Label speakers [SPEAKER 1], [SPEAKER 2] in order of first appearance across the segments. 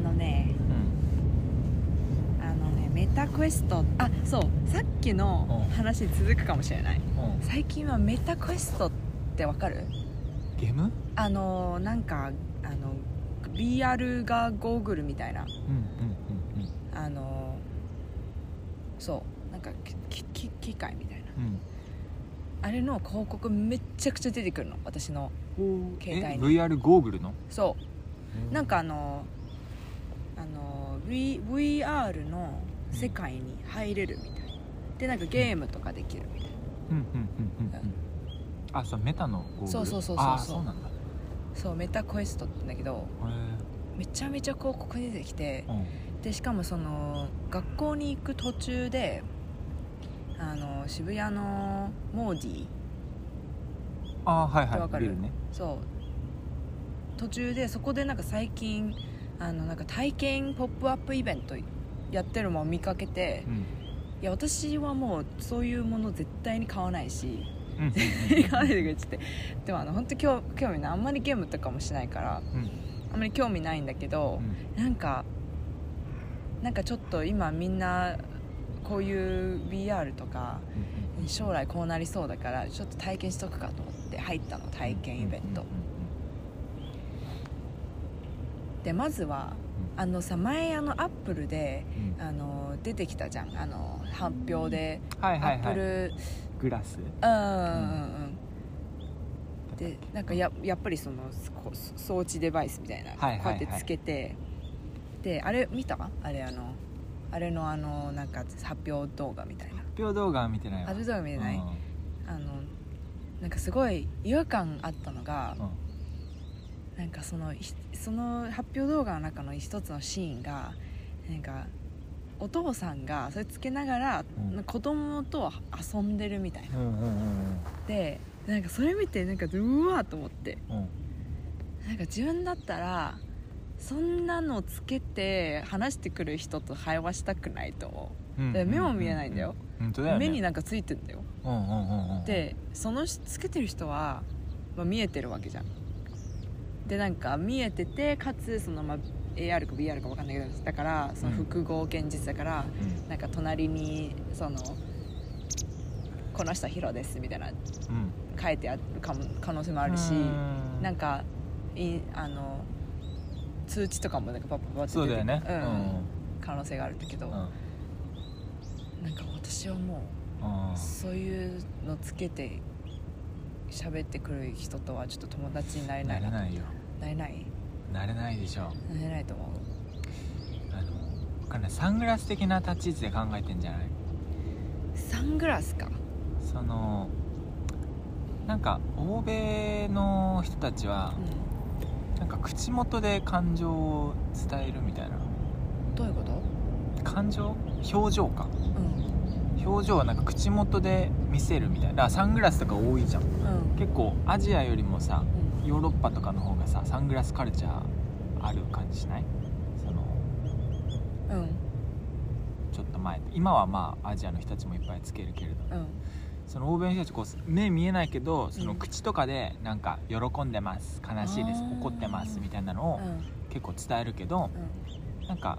[SPEAKER 1] のねあのねメタクエストあそうさっきの
[SPEAKER 2] うん
[SPEAKER 1] 話に続くかもしれない
[SPEAKER 2] うんうん
[SPEAKER 1] 最近はメタクエストってわかる
[SPEAKER 2] ゲーム
[SPEAKER 1] あのなんかあの VR がゴーグルみたいな
[SPEAKER 2] うんうんうん
[SPEAKER 1] あのそうなんかきき機械みたいな
[SPEAKER 2] うん
[SPEAKER 1] あれの広告めっちゃくちゃ出てくるの私の
[SPEAKER 2] うん
[SPEAKER 1] 携帯
[SPEAKER 2] え
[SPEAKER 1] に
[SPEAKER 2] VR ゴーグルの
[SPEAKER 1] そうなん
[SPEAKER 2] か
[SPEAKER 1] かあのあの、v、VR の世界に入れるみたいでなんかゲームとかできるみたい
[SPEAKER 2] うんうんうんうんうんあそうメタのゴーグル
[SPEAKER 1] そうそうそうそうそう
[SPEAKER 2] あーそうなんだへ
[SPEAKER 1] そうメタクエストって言うんだけどめちゃめちゃ広告出てきて
[SPEAKER 2] えうん
[SPEAKER 1] でしかもその学校に行く途中であの渋谷のモーディ
[SPEAKER 2] あーはい
[SPEAKER 1] わ
[SPEAKER 2] は
[SPEAKER 1] か
[SPEAKER 2] い
[SPEAKER 1] る
[SPEAKER 2] ビルね
[SPEAKER 1] そう途中でそこでなんか最近あのなんか体験ポップアップイベントやってるのを見かけて
[SPEAKER 2] うん
[SPEAKER 1] いや私はもうそういうもの絶対に買わないし
[SPEAKER 2] うんう ん
[SPEAKER 1] 買わないでくれっつってでもあの本当興興味ないあんまりゲームとかもしないから
[SPEAKER 2] うん
[SPEAKER 1] あんまり興味ないんだけど、なんかなんかちょっと今みんなこういう VR とか将来こうなりそうだからちょっと体験しとくかと思って入ったの体験イベント、でまずは
[SPEAKER 2] うん
[SPEAKER 1] あのさ前あのアップルで
[SPEAKER 2] うんうんうんうん
[SPEAKER 1] あの出てきたじゃんあの発表で
[SPEAKER 2] はい
[SPEAKER 1] ア
[SPEAKER 2] はい
[SPEAKER 1] ッ
[SPEAKER 2] は
[SPEAKER 1] プ
[SPEAKER 2] い
[SPEAKER 1] ル
[SPEAKER 2] グラス
[SPEAKER 1] うんうんうんでなんかややっぱりそのこう装置デバイスみたいな、
[SPEAKER 2] はいはいはい
[SPEAKER 1] こうやってつけてであれ見たあれあのあれのあのなんか発表動画みたいな
[SPEAKER 2] 発表動画は見てないわ
[SPEAKER 1] 発表動画見てない、
[SPEAKER 2] うん
[SPEAKER 1] あのなんかすごい違和感あったのが、なんかそのひその発表動画の中の一つのシーンがなんかお父さんがそれつけながら、
[SPEAKER 2] うん
[SPEAKER 1] 子供と遊んでるみたいな
[SPEAKER 2] うんうんうんうん
[SPEAKER 1] でなんかそれ見てなんかうわーと思って
[SPEAKER 2] うんうん
[SPEAKER 1] なんか自分だったらそんなのつけて話してくる人と会話したくないと思
[SPEAKER 2] うん
[SPEAKER 1] で目も見えないんだよ
[SPEAKER 2] 本当
[SPEAKER 1] う、
[SPEAKER 2] だよね
[SPEAKER 1] 目になんかついてんだよ
[SPEAKER 2] うんうんうんうん
[SPEAKER 1] でその人つけてる人は、まあ、見えてるわけじゃんでなんか見えててかつその、まあ、AR か VR か分かんないけどだからその
[SPEAKER 2] うん
[SPEAKER 1] 複合現実だから、
[SPEAKER 2] うん
[SPEAKER 1] なんか隣にそのこの人はヒロですみたいな
[SPEAKER 2] うん
[SPEAKER 1] 書いてあるかも可能性もあるし、
[SPEAKER 2] うん
[SPEAKER 1] なんかいあの通知とかもなんかパッパッパッって
[SPEAKER 2] そうだよね
[SPEAKER 1] 出てくるうん、可能性があるんだけど、
[SPEAKER 2] うん
[SPEAKER 1] なんか私はも
[SPEAKER 2] うん
[SPEAKER 1] うそういうのつけて喋ってくる人とはちょっと友達になれな
[SPEAKER 2] ないれ
[SPEAKER 1] な
[SPEAKER 2] ないよ
[SPEAKER 1] なれない
[SPEAKER 2] なれないでしょ
[SPEAKER 1] なれないと思
[SPEAKER 2] あのわかんないサングラス的な立ち位置で考えてんじゃないう
[SPEAKER 1] サングラスか
[SPEAKER 2] そのなんか欧米の人たちは
[SPEAKER 1] う、ん
[SPEAKER 2] なんか口元で感情を伝えるみたいな
[SPEAKER 1] どういうこと
[SPEAKER 2] 感情表情か
[SPEAKER 1] うん
[SPEAKER 2] 表情はなんか口元で見せるみたいなだからサングラスとか多いじゃん
[SPEAKER 1] うん
[SPEAKER 2] 結構アジアよりもさヨーロッパとかの方がさサングラスカルチャーある感じしないその
[SPEAKER 1] うん
[SPEAKER 2] ちょっと前今はまあアジアの人たちもいっぱいつけるけれど
[SPEAKER 1] うん
[SPEAKER 2] その欧米の人たちこう目見えないけどそうの
[SPEAKER 1] ん
[SPEAKER 2] 口とかでなんか喜んでます悲しいです
[SPEAKER 1] あー
[SPEAKER 2] 怒ってますみたいなのを
[SPEAKER 1] うん
[SPEAKER 2] 結構伝えるけどなんか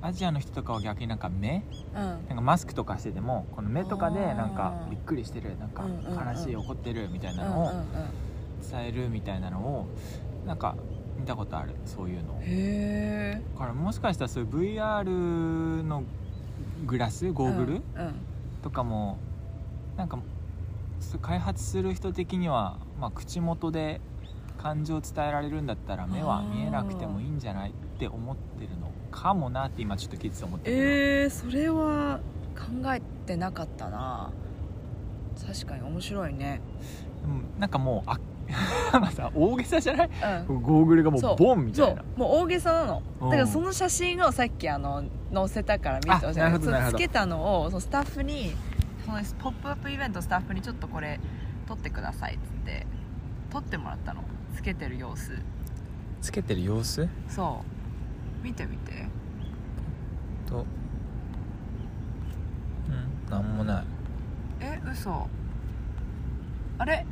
[SPEAKER 2] アジアの人とかは逆になんか目
[SPEAKER 1] うん
[SPEAKER 2] なんかマスクとかしててもこの目とかで
[SPEAKER 1] あー
[SPEAKER 2] なんかびっくりしてるなんか
[SPEAKER 1] うんうんうん
[SPEAKER 2] 悲しい怒ってるみたいな
[SPEAKER 1] うんうんうん
[SPEAKER 2] のを伝えるみたいなのをなんか見たことあるそういうのを
[SPEAKER 1] へえ
[SPEAKER 2] だからもしかしたらそういう VR のグラスゴーグル、
[SPEAKER 1] うんうん
[SPEAKER 2] とかもなんかそう開発する人的には、まあ、口元で感情を伝えられるんだったら目は見えなくてもいいんじゃないって思ってるのかもなって今ちょっと聞いてて思ったけど、
[SPEAKER 1] えー、それは考えてなかったな確かに面白いね
[SPEAKER 2] うんなんかもうあ なんかさ大げさじゃない
[SPEAKER 1] うん
[SPEAKER 2] ゴーグルがも
[SPEAKER 1] そう
[SPEAKER 2] うボンみ
[SPEAKER 1] そ
[SPEAKER 2] たいうな
[SPEAKER 1] もう大げさなの
[SPEAKER 2] う
[SPEAKER 1] だ
[SPEAKER 2] ん
[SPEAKER 1] からその写真をさっきあの載せたから見てほしい
[SPEAKER 2] あなるほど
[SPEAKER 1] そう
[SPEAKER 2] なるほ
[SPEAKER 1] つ
[SPEAKER 2] ど
[SPEAKER 1] けたのをそのスタッフにそのポップアップイベントスタッフにちょっとこれ撮ってくださいっつって撮ってもらったのつけてる様子
[SPEAKER 2] つけてる様子
[SPEAKER 1] そう見てみて
[SPEAKER 2] とうんなんもない
[SPEAKER 1] え嘘あれ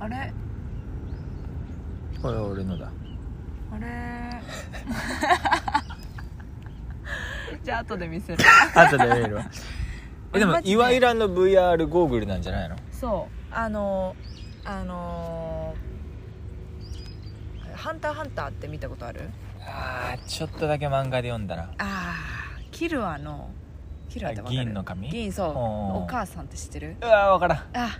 [SPEAKER 1] あれ
[SPEAKER 2] これは俺のだ
[SPEAKER 1] あれ じゃあ後で見せる
[SPEAKER 2] 後で見るわえでも
[SPEAKER 1] マジで
[SPEAKER 2] 岩井らの VR ゴーグルなんじゃないの
[SPEAKER 1] そうあのあのハンターハンター」って見たことある
[SPEAKER 2] あーちょっとだけ漫画で読んだら
[SPEAKER 1] ああキルアのキルアってわかる
[SPEAKER 2] あ銀の髪
[SPEAKER 1] 銀そう
[SPEAKER 2] おうおう
[SPEAKER 1] お母さんって知ってる
[SPEAKER 2] うわー分からん
[SPEAKER 1] あ、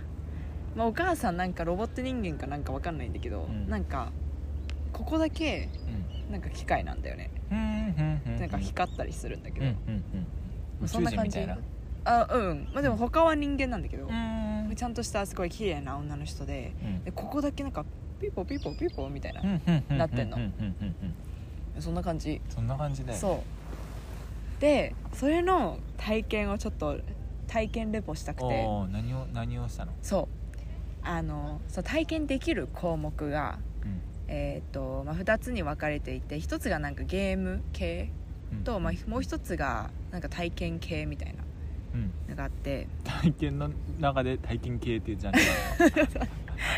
[SPEAKER 1] まあ、お母さんなんかロボット人間かなんかわかんないんだけど、
[SPEAKER 2] うん
[SPEAKER 1] なんかここだけ
[SPEAKER 2] う
[SPEAKER 1] なんか機械なんだよね、
[SPEAKER 2] んうんうんうん
[SPEAKER 1] なんか光ったりするんだけ
[SPEAKER 2] うん
[SPEAKER 1] ど、
[SPEAKER 2] うんうん宇宙
[SPEAKER 1] そんな
[SPEAKER 2] 人
[SPEAKER 1] 感
[SPEAKER 2] み
[SPEAKER 1] じ
[SPEAKER 2] たいな
[SPEAKER 1] あうんまあでも他は人間なんだけど、
[SPEAKER 2] ん
[SPEAKER 1] ちゃんとしたすごい綺麗な女の人で
[SPEAKER 2] うん
[SPEAKER 1] でここだけなんかピポピポピポみたいな
[SPEAKER 2] う、んうんう
[SPEAKER 1] なってんの
[SPEAKER 2] ううんうんうん
[SPEAKER 1] そんな感じ
[SPEAKER 2] そんな感じだよ
[SPEAKER 1] そうでそれの体験をちょっと体験レポしたくて
[SPEAKER 2] おー何を何をしたの
[SPEAKER 1] そうあのそう体験できる項目が、
[SPEAKER 2] うん
[SPEAKER 1] えーとまあ、2つに分かれていて1つがなんかゲーム系
[SPEAKER 2] うん
[SPEAKER 1] と、まあ、もう1つがなんか体験系みたいな
[SPEAKER 2] うん
[SPEAKER 1] のがあって
[SPEAKER 2] 体験の中で体験系っていうジャンル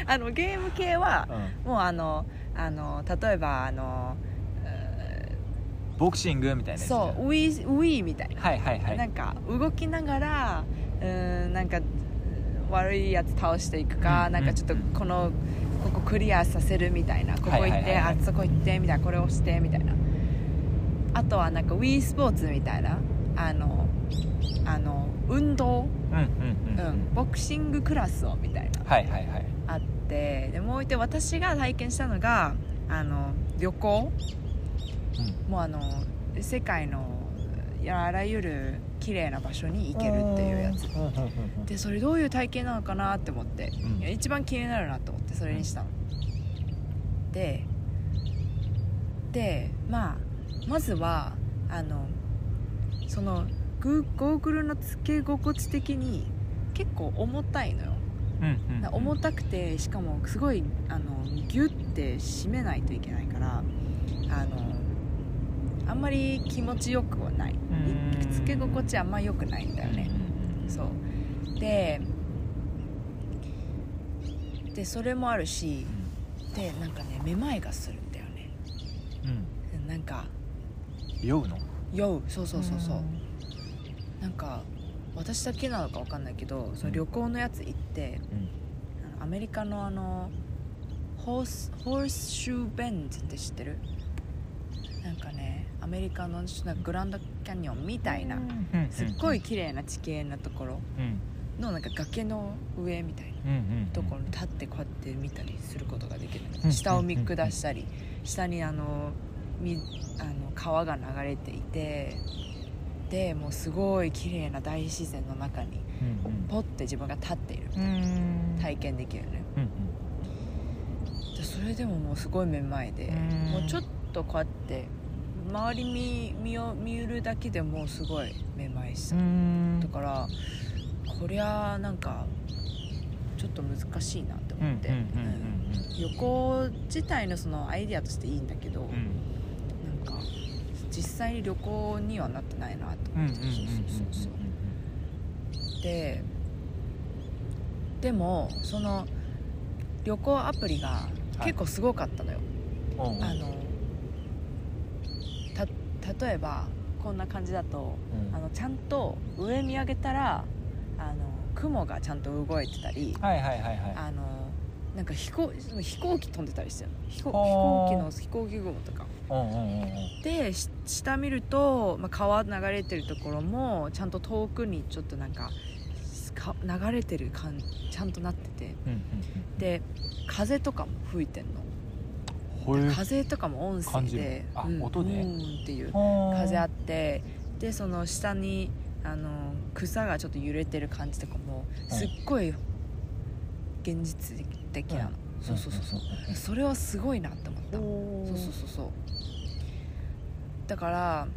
[SPEAKER 1] あのゲーム系は
[SPEAKER 2] なのうん
[SPEAKER 1] もうあのあの例えばあの
[SPEAKER 2] ボクシングみたいなやつだよ
[SPEAKER 1] そうウィウィーみたいな
[SPEAKER 2] はいはいは
[SPEAKER 1] ないんか動きながらうーんなんか悪いやつ倒していくか、
[SPEAKER 2] うん
[SPEAKER 1] なんかちょっと
[SPEAKER 2] うん
[SPEAKER 1] このここクリアさせるみたいなここ行って、
[SPEAKER 2] はいはいはいはい
[SPEAKER 1] あそこ行ってみたいなこれ押してみたいなあとはなんか w e スポーツみたいなあのあの運動、
[SPEAKER 2] う
[SPEAKER 1] う
[SPEAKER 2] んうん
[SPEAKER 1] ん
[SPEAKER 2] うんうん
[SPEAKER 1] ボクシングクラスをみたいな
[SPEAKER 2] はいはいはい
[SPEAKER 1] あってでもう一点私が体験したのがあの旅行もうあの世界のいやあらゆる綺麗な場所に行けるっていうやつ
[SPEAKER 2] うんうんうんうん
[SPEAKER 1] でそれどういう体験なのかなって思って、
[SPEAKER 2] ん
[SPEAKER 1] いや一番気になるなと思ってそれにしたの、ででまあまずはあのそのグーゴーグルの付け心地的に結構重たいのよ
[SPEAKER 2] うんうん
[SPEAKER 1] な重たくてしかもすごいあのギュッて締めないといけないからあのあんまり気持ちよくはない
[SPEAKER 2] ん
[SPEAKER 1] つけ心地あんま良くないんだよねそうででそれもあるしでなんかねめまいがするんだよね
[SPEAKER 2] うんうん
[SPEAKER 1] なんか
[SPEAKER 2] 酔うの
[SPEAKER 1] 酔うそうそうそうそう
[SPEAKER 2] うん
[SPEAKER 1] なんか私だけなのかわかんないけどその旅行のやつ行ってあのアメリカのあのホースホースシューベンズって知ってるなんかねアメリカのなんかグランドキャニオンみたいな
[SPEAKER 2] うん
[SPEAKER 1] すっごい綺麗な地形なところ
[SPEAKER 2] うん
[SPEAKER 1] のなんか崖の上みたいな
[SPEAKER 2] うんうんうん
[SPEAKER 1] ところに立ってこうやって見たりすることができる
[SPEAKER 2] うん
[SPEAKER 1] 下を見下したり下にあのみあの川が流れていてでもうすごい綺麗な大自然の中に
[SPEAKER 2] うん
[SPEAKER 1] ポッて自分が立っている
[SPEAKER 2] うんうん
[SPEAKER 1] 体験できるのよ
[SPEAKER 2] うんうん
[SPEAKER 1] でそれでももうすごいめまいで
[SPEAKER 2] うん
[SPEAKER 1] もうちょっとこうやって周り見見よ見うるだけでもうすごいめまいした
[SPEAKER 2] うん
[SPEAKER 1] だからこりゃあなんかちょっと難しいなって
[SPEAKER 2] うんう
[SPEAKER 1] 思っ
[SPEAKER 2] ん
[SPEAKER 1] て。
[SPEAKER 2] うん
[SPEAKER 1] うん旅行自体のそのアイディアとしていいんだけど、
[SPEAKER 2] うん
[SPEAKER 1] なんか実際に旅行にはなってないなと
[SPEAKER 2] うんうんうんうん
[SPEAKER 1] 思って、そうそうそうそうででもその旅行アプリが
[SPEAKER 2] はい
[SPEAKER 1] 結構すごかったのよ、
[SPEAKER 2] おうおう
[SPEAKER 1] あのた例えばこんな感じだと
[SPEAKER 2] うん
[SPEAKER 1] あのちゃんと上見上げたらあの雲がちゃんと動いてたり
[SPEAKER 2] はいはいはいはい
[SPEAKER 1] あのなんか飛行飛行機飛んでたりしてる飛行飛行
[SPEAKER 2] ほう
[SPEAKER 1] 機の飛行機雲とか
[SPEAKER 2] うんうんうんうん
[SPEAKER 1] でし下見ると、まあ、川流れてるところもちゃんと遠くにちょっとなんかか流れてる感ちゃんとなってて
[SPEAKER 2] うん
[SPEAKER 1] で風とかも吹いてんの
[SPEAKER 2] うんうんほえ
[SPEAKER 1] 風とかも音声
[SPEAKER 2] 感じ
[SPEAKER 1] で
[SPEAKER 2] るあ
[SPEAKER 1] うん、
[SPEAKER 2] 音で
[SPEAKER 1] うーんっていう
[SPEAKER 2] ほう
[SPEAKER 1] 風あってでその下にあの草がちょっと揺れてる感じとかも
[SPEAKER 2] うん
[SPEAKER 1] すっごい現実的なの、そうそうそうそうそれはすごいなって思ったそうそうそうそうだから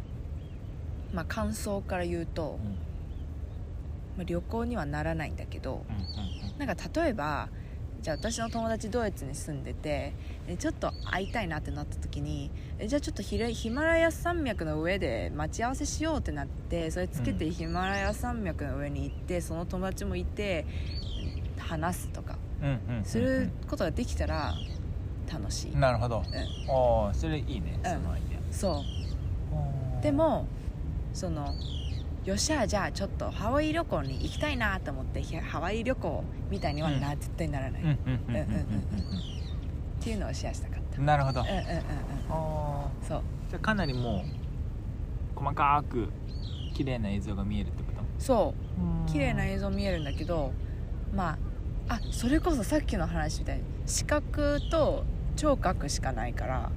[SPEAKER 1] まあ感想から言うと
[SPEAKER 2] う、んうん
[SPEAKER 1] まあ、旅行にはならないんだけどなんか例えばじゃあ私の友達ドイツに住んでてえちょっと会いたいなってなった時にえじゃあちょっとヒレヒマラヤ山脈の上で待ち合わせしようってなってそれつけ
[SPEAKER 2] う
[SPEAKER 1] てヒマラヤ山脈の上に行ってその友達もいて話すとか
[SPEAKER 2] うんうんうんうんうんうん
[SPEAKER 1] することができたら楽しい
[SPEAKER 2] なるほど、
[SPEAKER 1] ん
[SPEAKER 2] おおそれいいね、
[SPEAKER 1] ん
[SPEAKER 2] そのアイデ
[SPEAKER 1] そ
[SPEAKER 2] アお
[SPEAKER 1] う
[SPEAKER 2] ー
[SPEAKER 1] でもそのよっしゃじゃあちょっとハワイ旅行に行きたいなと思ってひゃハワイ旅行みたいにはな、
[SPEAKER 2] う
[SPEAKER 1] 絶対ならな
[SPEAKER 2] う
[SPEAKER 1] い、
[SPEAKER 2] んうん
[SPEAKER 1] っ
[SPEAKER 2] うんうんうん
[SPEAKER 1] ていうのをシェアしたかっ
[SPEAKER 2] うんなるほど、
[SPEAKER 1] たうんうんうんうん
[SPEAKER 2] おー
[SPEAKER 1] そう
[SPEAKER 2] じゃあかなりもう細かく綺麗な映像が見えるってこと
[SPEAKER 1] そう綺麗な
[SPEAKER 2] 像
[SPEAKER 1] 映像見えるんだけどまああそれこそさっきの話みたいに視覚と聴覚しかないから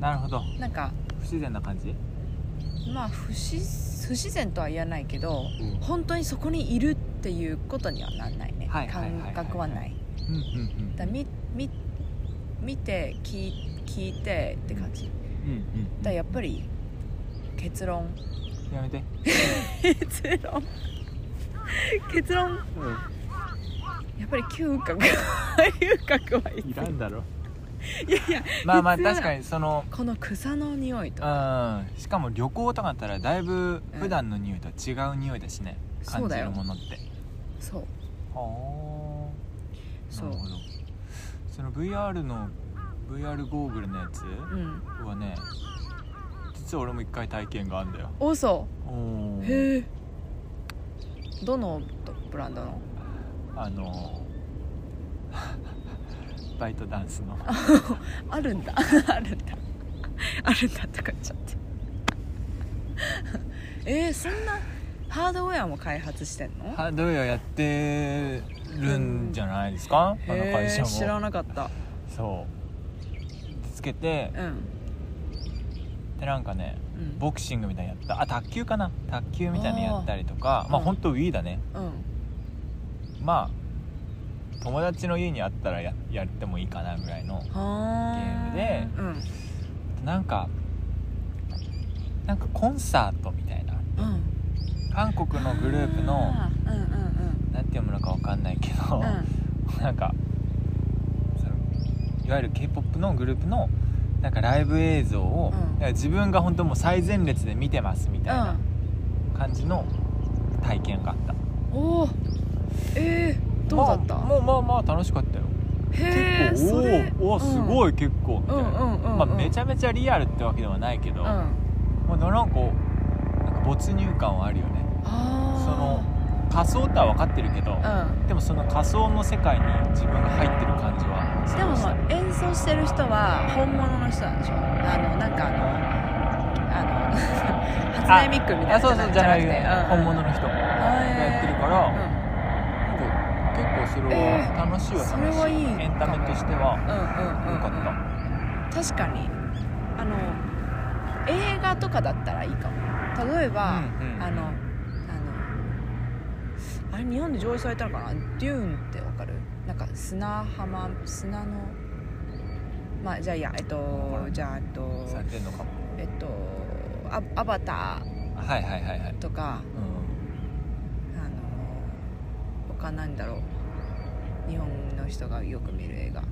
[SPEAKER 2] なるほど
[SPEAKER 1] なんか
[SPEAKER 2] 不自然な感じ
[SPEAKER 1] まあ不自不自然とは言わないけど
[SPEAKER 2] うん
[SPEAKER 1] 本当にそこにいるっていうことにはなんないね
[SPEAKER 2] はいはいはいはい
[SPEAKER 1] 感覚はない
[SPEAKER 2] うんうん
[SPEAKER 1] だみみ見て聞い聞いてって感じだか
[SPEAKER 2] うんうんうん
[SPEAKER 1] らやっぱり結論
[SPEAKER 2] やめて
[SPEAKER 1] 結論 結論やっぱり嗅覚 嗅覚はいい
[SPEAKER 2] いらんだ ろ
[SPEAKER 1] いやいや
[SPEAKER 2] まあまあ
[SPEAKER 1] 必要な
[SPEAKER 2] 確かにその
[SPEAKER 1] この草の匂いと
[SPEAKER 2] うんしかも旅行とかだったらだいぶ普段の匂いとは違う匂いだしね、
[SPEAKER 1] そ
[SPEAKER 2] 感
[SPEAKER 1] うだ
[SPEAKER 2] じる
[SPEAKER 1] よ
[SPEAKER 2] ものって
[SPEAKER 1] そう
[SPEAKER 2] はあ
[SPEAKER 1] そ
[SPEAKER 2] な
[SPEAKER 1] う
[SPEAKER 2] るほどその VR の VR ゴーグルのやつ
[SPEAKER 1] うん
[SPEAKER 2] はね実は俺も一回体験があるんだよ
[SPEAKER 1] おそ
[SPEAKER 2] お
[SPEAKER 1] へ
[SPEAKER 2] ー
[SPEAKER 1] えどのブランドの
[SPEAKER 2] あの バイトダンスの
[SPEAKER 1] あるんだ あるんだあるんだとか言っちゃって えー、そんなハードウェアも開発してんの
[SPEAKER 2] ハードウェアやってるんじゃないですか、あの会社
[SPEAKER 1] へー知ら
[SPEAKER 2] も
[SPEAKER 1] なかった
[SPEAKER 2] そうつけて
[SPEAKER 1] うん
[SPEAKER 2] でなんかね
[SPEAKER 1] うん
[SPEAKER 2] ボクシングみたいなのやったあ卓球かな卓球みたいなのやったりとか
[SPEAKER 1] あー
[SPEAKER 2] まあ
[SPEAKER 1] うん
[SPEAKER 2] 本当ウィーだね
[SPEAKER 1] うん
[SPEAKER 2] まあ友達の家にあったらややってもいいかなぐらいの
[SPEAKER 1] は
[SPEAKER 2] ゲーム
[SPEAKER 1] ームで
[SPEAKER 2] なんかなんかコンサートみたいな
[SPEAKER 1] うんうん
[SPEAKER 2] 韓国のグループの
[SPEAKER 1] あーうんうんうん
[SPEAKER 2] なんて読むのかわかんないけど、
[SPEAKER 1] う
[SPEAKER 2] なんかそのいわゆる k p o p のグループのなんかライブ映像を、
[SPEAKER 1] うん
[SPEAKER 2] だから自分が本当もう最前列で見てますみたいなん感じの体験があった、
[SPEAKER 1] うんおおえー、どうだった、
[SPEAKER 2] まあまあまあまあ楽しかったよ
[SPEAKER 1] へえ
[SPEAKER 2] 結構
[SPEAKER 1] それ
[SPEAKER 2] おーおーす
[SPEAKER 1] い、
[SPEAKER 2] ごい結構みたいな、
[SPEAKER 1] うんうんうんうん
[SPEAKER 2] まあ、めちゃめちゃリアルってわけではないけど、
[SPEAKER 1] うん、あ
[SPEAKER 2] もうなんかなんか没入感はあるよねその
[SPEAKER 1] あ
[SPEAKER 2] 仮想とは分かってるけど、
[SPEAKER 1] のうん
[SPEAKER 2] でもその仮想の世界に自分が入ってる感じはし
[SPEAKER 1] でも
[SPEAKER 2] まし
[SPEAKER 1] そ
[SPEAKER 2] た
[SPEAKER 1] の演奏してる人は本物の人なんでしょあのなんかあのあの初音ミクみたいな
[SPEAKER 2] あそうそうじゃなくて、本物
[SPEAKER 1] の
[SPEAKER 2] の人がやってるから、なんか結構それ
[SPEAKER 1] え
[SPEAKER 2] は楽しいは楽しい,、
[SPEAKER 1] それはいいかも
[SPEAKER 2] エンタメとしては
[SPEAKER 1] うんうんうんうん
[SPEAKER 2] 良かった、
[SPEAKER 1] った確かにあの映画とかだったらいいかも例えば、
[SPEAKER 2] うんうん
[SPEAKER 1] あのあのあれ日本で上映されたのかなデューンってわかるなんか砂浜砂のまあじゃあいいやえっとじゃあえっと
[SPEAKER 2] されてるのかも
[SPEAKER 1] えっとアアバタ
[SPEAKER 2] はいはいはいはい
[SPEAKER 1] ーとか
[SPEAKER 2] う
[SPEAKER 1] あの他なんだろう日本の人がよく見る映画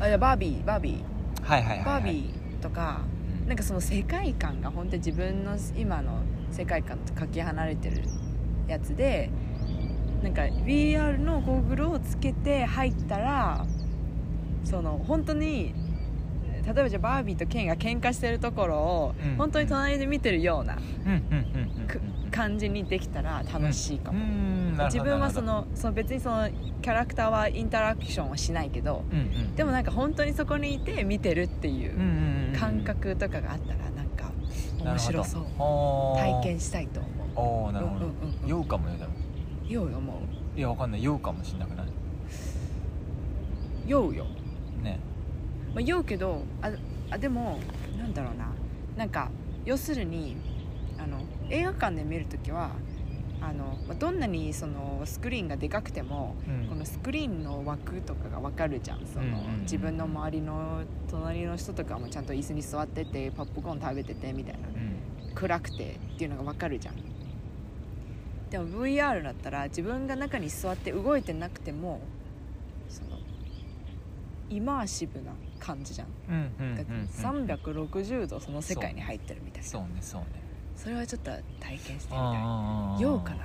[SPEAKER 1] あいやバービーバービ
[SPEAKER 2] んはいはいはい、
[SPEAKER 1] ー
[SPEAKER 2] はい、
[SPEAKER 1] バービーとかなんか
[SPEAKER 2] か
[SPEAKER 1] その世界観が本当に自分の今の世界観とかけ離れてるやつでなんか VR のゴーグルをつけて入ったらその本当に例えばじゃあバービーとケンが喧嘩してるところを
[SPEAKER 2] うん
[SPEAKER 1] 本当に隣で見てるような
[SPEAKER 2] うんうんうんうん
[SPEAKER 1] く感じにできたら楽しいか
[SPEAKER 2] う
[SPEAKER 1] も、
[SPEAKER 2] んなるほ
[SPEAKER 1] 自
[SPEAKER 2] ど
[SPEAKER 1] 分はそ
[SPEAKER 2] なる
[SPEAKER 1] のその別にそのキャラクターはインタラクションはしないけど
[SPEAKER 2] ほどうんうん
[SPEAKER 1] でもなんか本当にそこにいて見てるっていう
[SPEAKER 2] うんうんうんうん
[SPEAKER 1] 感覚とかがあったらなんか面白そう
[SPEAKER 2] なるほど
[SPEAKER 1] 体験したいと思
[SPEAKER 2] おーおーなるほど、
[SPEAKER 1] うんうんうんうん
[SPEAKER 2] 酔うかもよでも
[SPEAKER 1] う酔うよも
[SPEAKER 2] いやわかんない酔うかもしんなくないう
[SPEAKER 1] 酔うよ、
[SPEAKER 2] ね
[SPEAKER 1] まあ、酔うけどああでもなんだろうななんか要するにあの映画館で見るときはあのまあどんなにそのスクリーンがでかくても
[SPEAKER 2] うん
[SPEAKER 1] このスクリーンの枠とかが分かるじゃんそ
[SPEAKER 2] うん
[SPEAKER 1] の
[SPEAKER 2] うんうん
[SPEAKER 1] 自分の周りの隣の人とかもちゃんと椅子に座っててポップコーン食べててみたいな
[SPEAKER 2] うん
[SPEAKER 1] 暗くてっていうのが分かるじゃんでも VR だったら自分が中に座って動いてなくてもそのイマーシブな感じじゃん
[SPEAKER 2] うんうんうん
[SPEAKER 1] だ
[SPEAKER 2] う
[SPEAKER 1] か
[SPEAKER 2] ん
[SPEAKER 1] ら360度その世界に入ってるみたいな
[SPEAKER 2] そうねそうね
[SPEAKER 1] それはちょっと体験してみたい
[SPEAKER 2] ああ
[SPEAKER 1] 酔うかな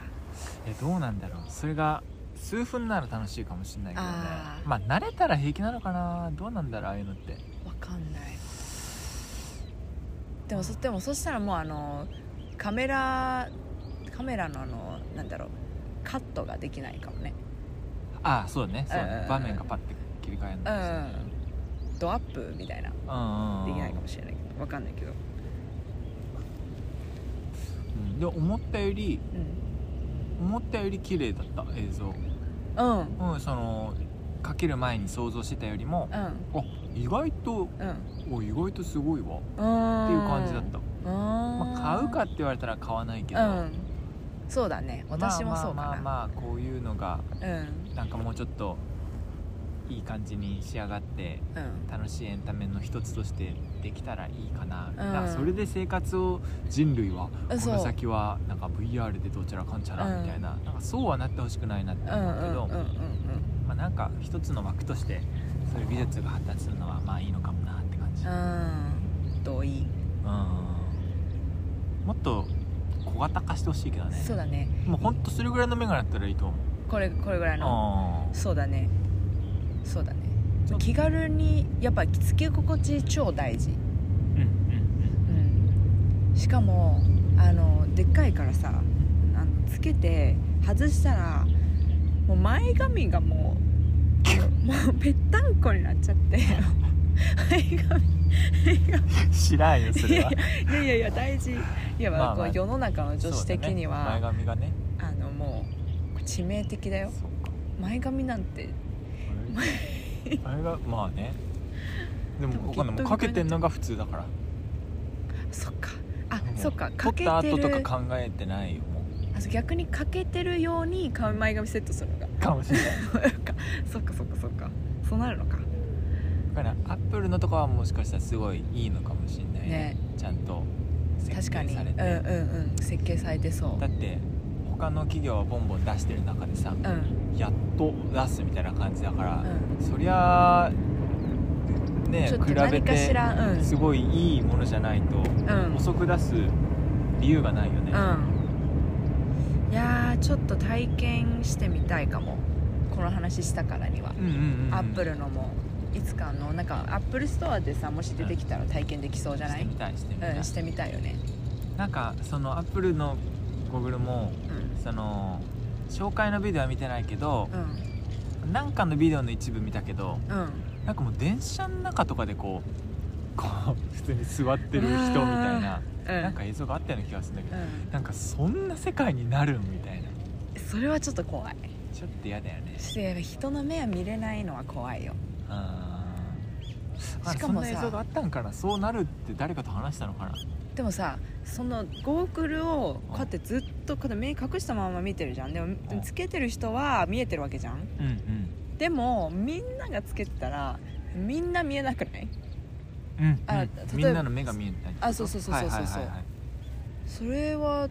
[SPEAKER 2] えどうなんだろうそれが数分なら楽しいかもしれないけどね
[SPEAKER 1] あー
[SPEAKER 2] まあ慣れたら平気なのかなどうなんだろうああいうのって
[SPEAKER 1] わかんないでもそでもそしたらもうあのカメラカメラのあのなんだろうカットができないかもね
[SPEAKER 2] ああそうだねそうだね
[SPEAKER 1] うん
[SPEAKER 2] 場面がパッて切り替える
[SPEAKER 1] う
[SPEAKER 2] の
[SPEAKER 1] ん
[SPEAKER 2] ですね
[SPEAKER 1] ドアップみたいな
[SPEAKER 2] うんう
[SPEAKER 1] で
[SPEAKER 2] ん
[SPEAKER 1] きないかもしれないけどわかんないけど
[SPEAKER 2] うんで思ったより
[SPEAKER 1] うん
[SPEAKER 2] 思ったより綺麗だった映像
[SPEAKER 1] うん
[SPEAKER 2] うんそのかける前に想像してたよりも
[SPEAKER 1] うん
[SPEAKER 2] あ意外と
[SPEAKER 1] うん
[SPEAKER 2] お意外とすごいわっ
[SPEAKER 1] うん
[SPEAKER 2] ていう感じだった、
[SPEAKER 1] うんま
[SPEAKER 2] まあ、買うかって言われたら買わないけど、
[SPEAKER 1] うんそうだね私もそうかな、
[SPEAKER 2] まあまあまあまあこういうのが
[SPEAKER 1] うん
[SPEAKER 2] なんかもうちょっといい感じに仕上がって
[SPEAKER 1] うん
[SPEAKER 2] 楽しいエンタメの一つとしてできたらいいかな,、
[SPEAKER 1] ん
[SPEAKER 2] なんかそれで生活を人類は
[SPEAKER 1] う
[SPEAKER 2] こ
[SPEAKER 1] んそう
[SPEAKER 2] の先はなんか VR でどちらかんちゃらみたいな,、なんかそうはなってほしくないなって
[SPEAKER 1] うん
[SPEAKER 2] 思うけど、
[SPEAKER 1] うんうんうん
[SPEAKER 2] まあ、なんか一つの枠としてそういう技術が発達するのはまあいいのかもなって感じ、
[SPEAKER 1] うんうん同意
[SPEAKER 2] うんもっと小型化してほしいけどね
[SPEAKER 1] そうだね
[SPEAKER 2] もうほんとそれぐらいの目がなったらいいと思う
[SPEAKER 1] これこれぐらいの
[SPEAKER 2] あ
[SPEAKER 1] そうだねそうだね
[SPEAKER 2] ちょっと
[SPEAKER 1] 気軽にやっぱつけ心地超大事
[SPEAKER 2] ーうんうん
[SPEAKER 1] うんしかもあのでっかいからさあのつけて外したらもう前髪がもうもうぺったんこになっちゃって前髪
[SPEAKER 2] うん知らんよそれはい
[SPEAKER 1] やいやいや大事いや、
[SPEAKER 2] まあまあ
[SPEAKER 1] こう世の中の女子的には、
[SPEAKER 2] そうだね前髪がね
[SPEAKER 1] あのもう致命的だよ
[SPEAKER 2] そうか
[SPEAKER 1] 前髪なんて
[SPEAKER 2] あれがまあねで
[SPEAKER 1] でも
[SPEAKER 2] もわかんないもうかけてんのが普通だから
[SPEAKER 1] そっかあ
[SPEAKER 2] もう
[SPEAKER 1] そっかかけて
[SPEAKER 2] 撮った後と
[SPEAKER 1] る
[SPEAKER 2] か考えてないよもう
[SPEAKER 1] あそう逆にかけてるようにか前髪セットするのが
[SPEAKER 2] かもしれない
[SPEAKER 1] そっかそっかそっかそうなるのか
[SPEAKER 2] だからアップルのとかはもしかしたらすごいいいのかもしれないね
[SPEAKER 1] ね
[SPEAKER 2] ちゃんと
[SPEAKER 1] 確
[SPEAKER 2] 設
[SPEAKER 1] か
[SPEAKER 2] 計
[SPEAKER 1] にう
[SPEAKER 2] さ
[SPEAKER 1] ん
[SPEAKER 2] れて、
[SPEAKER 1] うんうん設計されてそ
[SPEAKER 2] だって他の企業はボンボン出してる中でさ
[SPEAKER 1] ううん
[SPEAKER 2] やっと出すみたいな感じだから
[SPEAKER 1] う、ん
[SPEAKER 2] そりゃあね
[SPEAKER 1] ちょっと
[SPEAKER 2] 比べ
[SPEAKER 1] 何かしてらうん
[SPEAKER 2] すごいいいものじゃないと
[SPEAKER 1] うん
[SPEAKER 2] 遅く出す理由がないよね、
[SPEAKER 1] うんいやーちょっと体験してみたいかもこの話したからには
[SPEAKER 2] うんうんうん、
[SPEAKER 1] アップルのもいつかあのなんかアップルストアでさもし出てきたら体験できそうじゃな
[SPEAKER 2] して
[SPEAKER 1] い
[SPEAKER 2] みたいしてみたい、
[SPEAKER 1] うんしてみたいよね
[SPEAKER 2] なんかそのアップルのゴーグルも
[SPEAKER 1] うん
[SPEAKER 2] その紹介のビデオは見てないけど
[SPEAKER 1] うん
[SPEAKER 2] なんかのビデオの一部見たけど
[SPEAKER 1] うん
[SPEAKER 2] なんかもう電車の中とかでこうこう普通に座ってる人みたいな
[SPEAKER 1] うん
[SPEAKER 2] なんか映像があったような気がするんだけ
[SPEAKER 1] う
[SPEAKER 2] ど、
[SPEAKER 1] ん
[SPEAKER 2] なんかそんな世界になるんみたいな
[SPEAKER 1] それはちょっと怖い
[SPEAKER 2] ちょっと嫌だよね
[SPEAKER 1] してやっぱ人の目は見れないのは怖いよ
[SPEAKER 2] あーあ
[SPEAKER 1] しかもさ
[SPEAKER 2] そんな映像があったんかなそうなるって誰かと話したのかな
[SPEAKER 1] でもさそのゴーグルをこうやってずっとこうやって目隠したまま見てるじゃんでもでもつけてる人は見えてるわけじゃん
[SPEAKER 2] うんうん
[SPEAKER 1] でもみんながつけてたらみんな見えなくない
[SPEAKER 2] うん、うん
[SPEAKER 1] あ例えば
[SPEAKER 2] みんなの目が見えない
[SPEAKER 1] あそうそうそうそうそうそう
[SPEAKER 2] はいはいはいはい
[SPEAKER 1] それは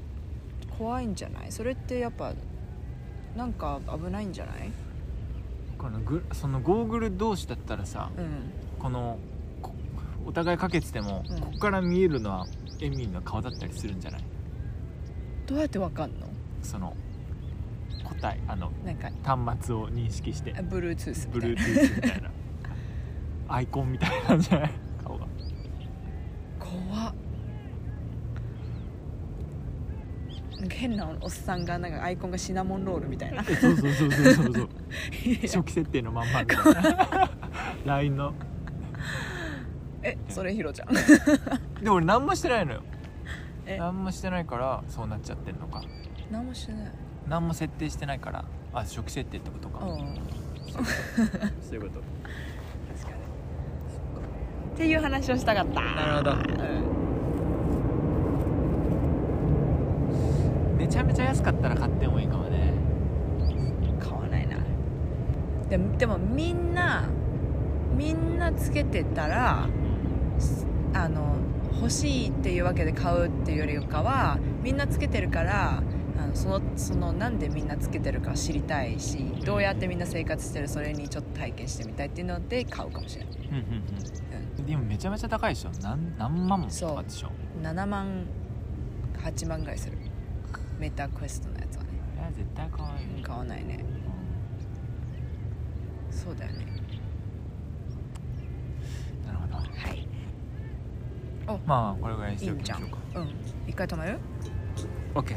[SPEAKER 1] 怖いんじゃないそれってやっぱなんか危ないんじゃない
[SPEAKER 2] このグそのゴーグル同士だったらさ
[SPEAKER 1] うん
[SPEAKER 2] このこお互いかけてても、
[SPEAKER 1] うん
[SPEAKER 2] ここから見えるのはエミンの顔だったりするんじゃない
[SPEAKER 1] どうやってわかんの
[SPEAKER 2] その答えあの
[SPEAKER 1] なんか
[SPEAKER 2] 端末を認識して
[SPEAKER 1] あ Bluetooth みたいな
[SPEAKER 2] Bluetooth みたいなアイコンみたいなんじゃない顔が
[SPEAKER 1] 怖っなんか変なおっさんがなんかアイコンがシナモンロールみたいな
[SPEAKER 2] えそうそうそうそう そうそ
[SPEAKER 1] い
[SPEAKER 2] う
[SPEAKER 1] や
[SPEAKER 2] 初期設定のまんまみたいな LINE の
[SPEAKER 1] えそれヒロちゃん
[SPEAKER 2] でも俺何もしてないのよ
[SPEAKER 1] え
[SPEAKER 2] 何もしてないからそうなっちゃってんのか
[SPEAKER 1] 何もしてない
[SPEAKER 2] 何も設定してないからあ初期設定ってことか
[SPEAKER 1] うん
[SPEAKER 2] そういうこと
[SPEAKER 1] 確かにっていう話をしたかった
[SPEAKER 2] なるほど
[SPEAKER 1] うん
[SPEAKER 2] めちゃめちゃ安かったら買ってもいいかもね
[SPEAKER 1] 買わないなでもでもみんなみんなつけてたらすあの欲しいっていうわけで買うっていうよりかはみんなつけてるからあのそのそのなんでみんなつけてるか知りたいしどうやってみんな生活してるそれにちょっと体験してみたいっていうので買うかもしれない
[SPEAKER 2] うんうんうんでもめちゃめちゃ高いでしょ何何万もとかでしょ
[SPEAKER 1] 7万8万ぐらいするメータークエストのやつはね
[SPEAKER 2] いや絶対買わないよ
[SPEAKER 1] 買わないね
[SPEAKER 2] うん
[SPEAKER 1] そうだよね
[SPEAKER 2] なるほど
[SPEAKER 1] はい
[SPEAKER 2] まあこれぐらいにし
[SPEAKER 1] いい
[SPEAKER 2] てお
[SPEAKER 1] ん
[SPEAKER 2] き
[SPEAKER 1] じゃん
[SPEAKER 2] ましょうか
[SPEAKER 1] うん一回止める
[SPEAKER 2] OK